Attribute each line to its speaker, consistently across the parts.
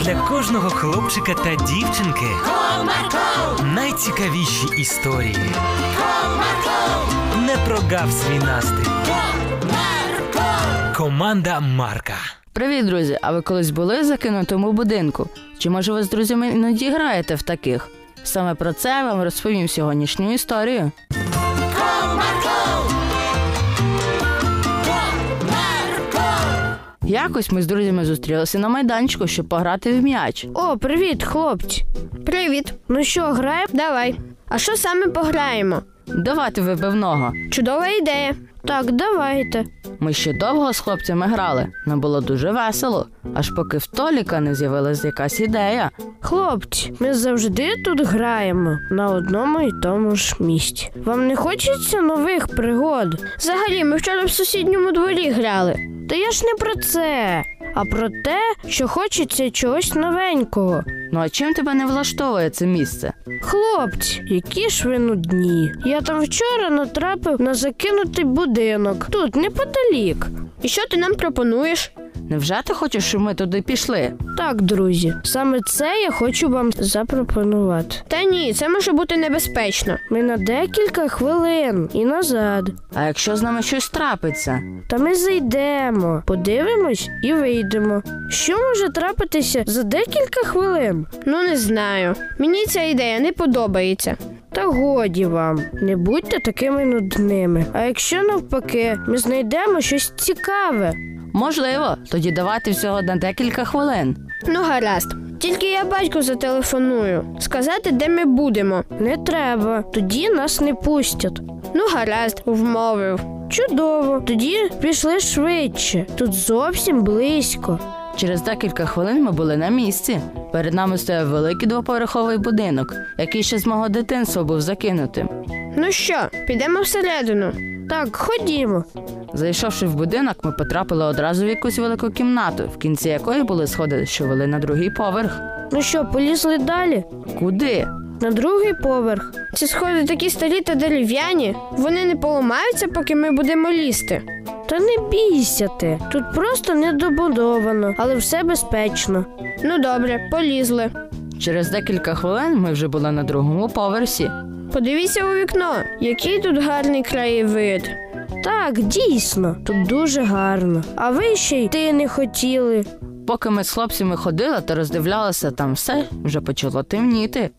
Speaker 1: для кожного хлопчика та дівчинки
Speaker 2: Comarco,
Speaker 1: найцікавіші історії.
Speaker 2: Comarco,
Speaker 1: Не прогав свій настрій.
Speaker 2: Comarco.
Speaker 1: Команда Марка.
Speaker 3: Привіт, друзі! А ви колись були в закинутому будинку? Чи може ви з друзями іноді граєте в таких? Саме про це я вам розповім сьогоднішню історію. Якось ми з друзями зустрілися на майданчику, щоб пограти в м'яч.
Speaker 4: О, привіт, хлопці. Привіт. Ну що, граємо? Давай. А що саме пограємо?
Speaker 3: Давати вибивного.
Speaker 4: Чудова ідея. Так, давайте.
Speaker 3: Ми ще довго з хлопцями грали. Нам було дуже весело, аж поки в Толіка не з'явилась якась ідея.
Speaker 4: Хлопці, ми завжди тут граємо на одному і тому ж місці. Вам не хочеться нових пригод? Взагалі, ми вчора в сусідньому дворі грали. Та я ж не про це, а про те, що хочеться чогось новенького.
Speaker 3: Ну а чим тебе не влаштовує це місце?
Speaker 4: Хлопці, які ж ви нудні. Я там вчора натрапив на закинутий будинок. Тут неподалік. І що ти нам пропонуєш?
Speaker 3: Невже ти хочеш, щоб ми туди пішли?
Speaker 4: Так, друзі, саме це я хочу вам запропонувати. Та ні, це може бути небезпечно. Ми на декілька хвилин і назад.
Speaker 3: А якщо з нами щось трапиться?
Speaker 4: Та ми зайдемо, подивимось і вийдемо. Що може трапитися за декілька хвилин? Ну, не знаю. Мені ця ідея не подобається. Та годі вам, не будьте такими нудними. А якщо навпаки, ми знайдемо щось цікаве.
Speaker 3: Можливо, тоді давати всього на декілька хвилин.
Speaker 4: Ну, гаразд. Тільки я батьку зателефоную. Сказати, де ми будемо. Не треба, тоді нас не пустять. Ну, гаразд, вмовив. Чудово, тоді пішли швидше. Тут зовсім близько.
Speaker 3: Через декілька хвилин ми були на місці. Перед нами стояв великий двоповерховий будинок, який ще з мого дитинства був закинутим.
Speaker 4: Ну що, підемо всередину. Так, ходімо.
Speaker 3: Зайшовши в будинок, ми потрапили одразу в якусь велику кімнату, в кінці якої були сходи, що вели на другий поверх.
Speaker 4: Ну що, полізли далі?
Speaker 3: Куди?
Speaker 4: На другий поверх. Ці сходи такі старі та дерев'яні. Вони не поламаються, поки ми будемо лізти. Та не бійся ти. Тут просто недобудовано, але все безпечно. Ну добре, полізли.
Speaker 3: Через декілька хвилин ми вже були на другому поверсі.
Speaker 4: Подивіться у вікно, який тут гарний краєвид. Так, дійсно, тут дуже гарно. А ви ще йти не хотіли.
Speaker 3: Поки ми з хлопцями ходили та роздивлялися там все, вже почало темніти.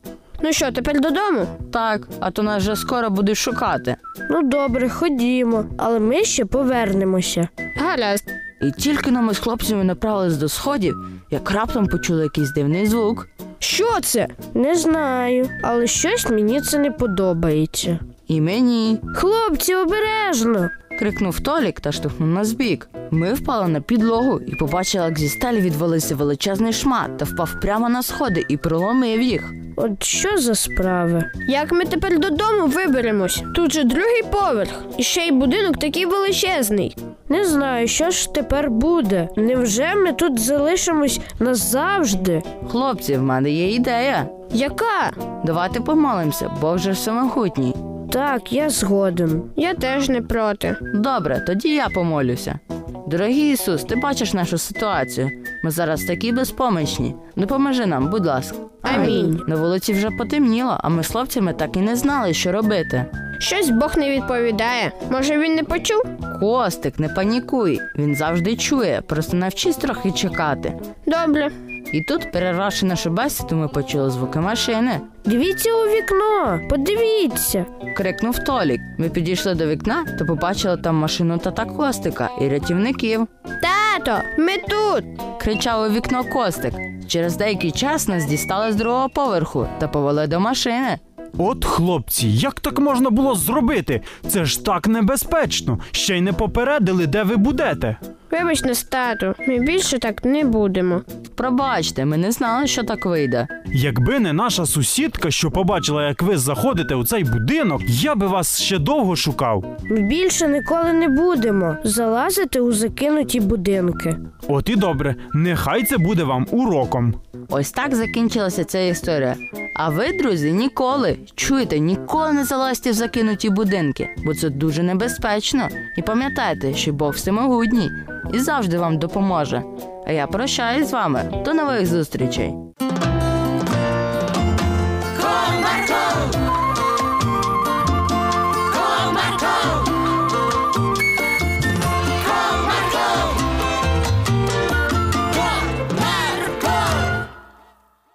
Speaker 4: Ну що, тепер додому?
Speaker 3: Так, а то нас вже скоро будуть шукати.
Speaker 4: Ну добре, ходімо, але ми ще повернемося. Гаразд.
Speaker 3: І тільки но ми з хлопцями направились до сходів, як раптом почули якийсь дивний звук.
Speaker 4: Що це? Не знаю, але щось мені це не подобається.
Speaker 3: І мені.
Speaker 4: Хлопці, обережно.
Speaker 3: крикнув Толік та штовхнув нас в бік. Ми впали на підлогу і побачили, як зі стелі відвалився величезний шмат та впав прямо на сходи і проломив їх.
Speaker 4: От що за справи? Як ми тепер додому виберемось? Тут же другий поверх, і ще й будинок такий величезний. Не знаю, що ж тепер буде. Невже ми тут залишимось назавжди?
Speaker 3: Хлопці, в мене є ідея.
Speaker 4: Яка?
Speaker 3: Давайте помолимося, Бог же всемогутній.
Speaker 4: Так, я згоден. Я теж не проти.
Speaker 3: Добре, тоді я помолюся. Дорогий Ісус, ти бачиш нашу ситуацію. Ми зараз такі безпомічні. Допоможи нам, будь ласка.
Speaker 4: Амінь.
Speaker 3: На вулиці вже потемніло, а ми з хлопцями так і не знали, що робити.
Speaker 4: Щось Бог не відповідає. Може, він не почув?
Speaker 3: Костик, не панікуй. Він завжди чує, просто навчись трохи чекати.
Speaker 4: Добре.
Speaker 3: І тут, перервавши нашу бесіду, ми почули звуки машини.
Speaker 4: Дивіться у вікно, подивіться.
Speaker 3: Крикнув Толік. Ми підійшли до вікна та побачили там машину тата Костика і рятівників.
Speaker 4: Тато, ми тут.
Speaker 3: Кричав у вікно Костик. Через деякий час нас дістали з другого поверху та повели до машини.
Speaker 5: От хлопці, як так можна було зробити? Це ж так небезпечно. Ще й не попередили, де ви будете.
Speaker 4: Вибач нас, тату, ми більше так не будемо.
Speaker 3: Пробачте, ми не знали, що так вийде.
Speaker 5: Якби не наша сусідка, що побачила, як ви заходите у цей будинок, я би вас ще довго шукав.
Speaker 4: Ми більше ніколи не будемо залазити у закинуті будинки.
Speaker 5: От і добре, нехай це буде вам уроком.
Speaker 3: Ось так закінчилася ця історія. А ви, друзі, ніколи чуєте, ніколи не залазьте в закинуті будинки, бо це дуже небезпечно. І пам'ятайте, що Бог всемогутній і завжди вам допоможе. А я прощаюсь з вами. До нових зустрічей!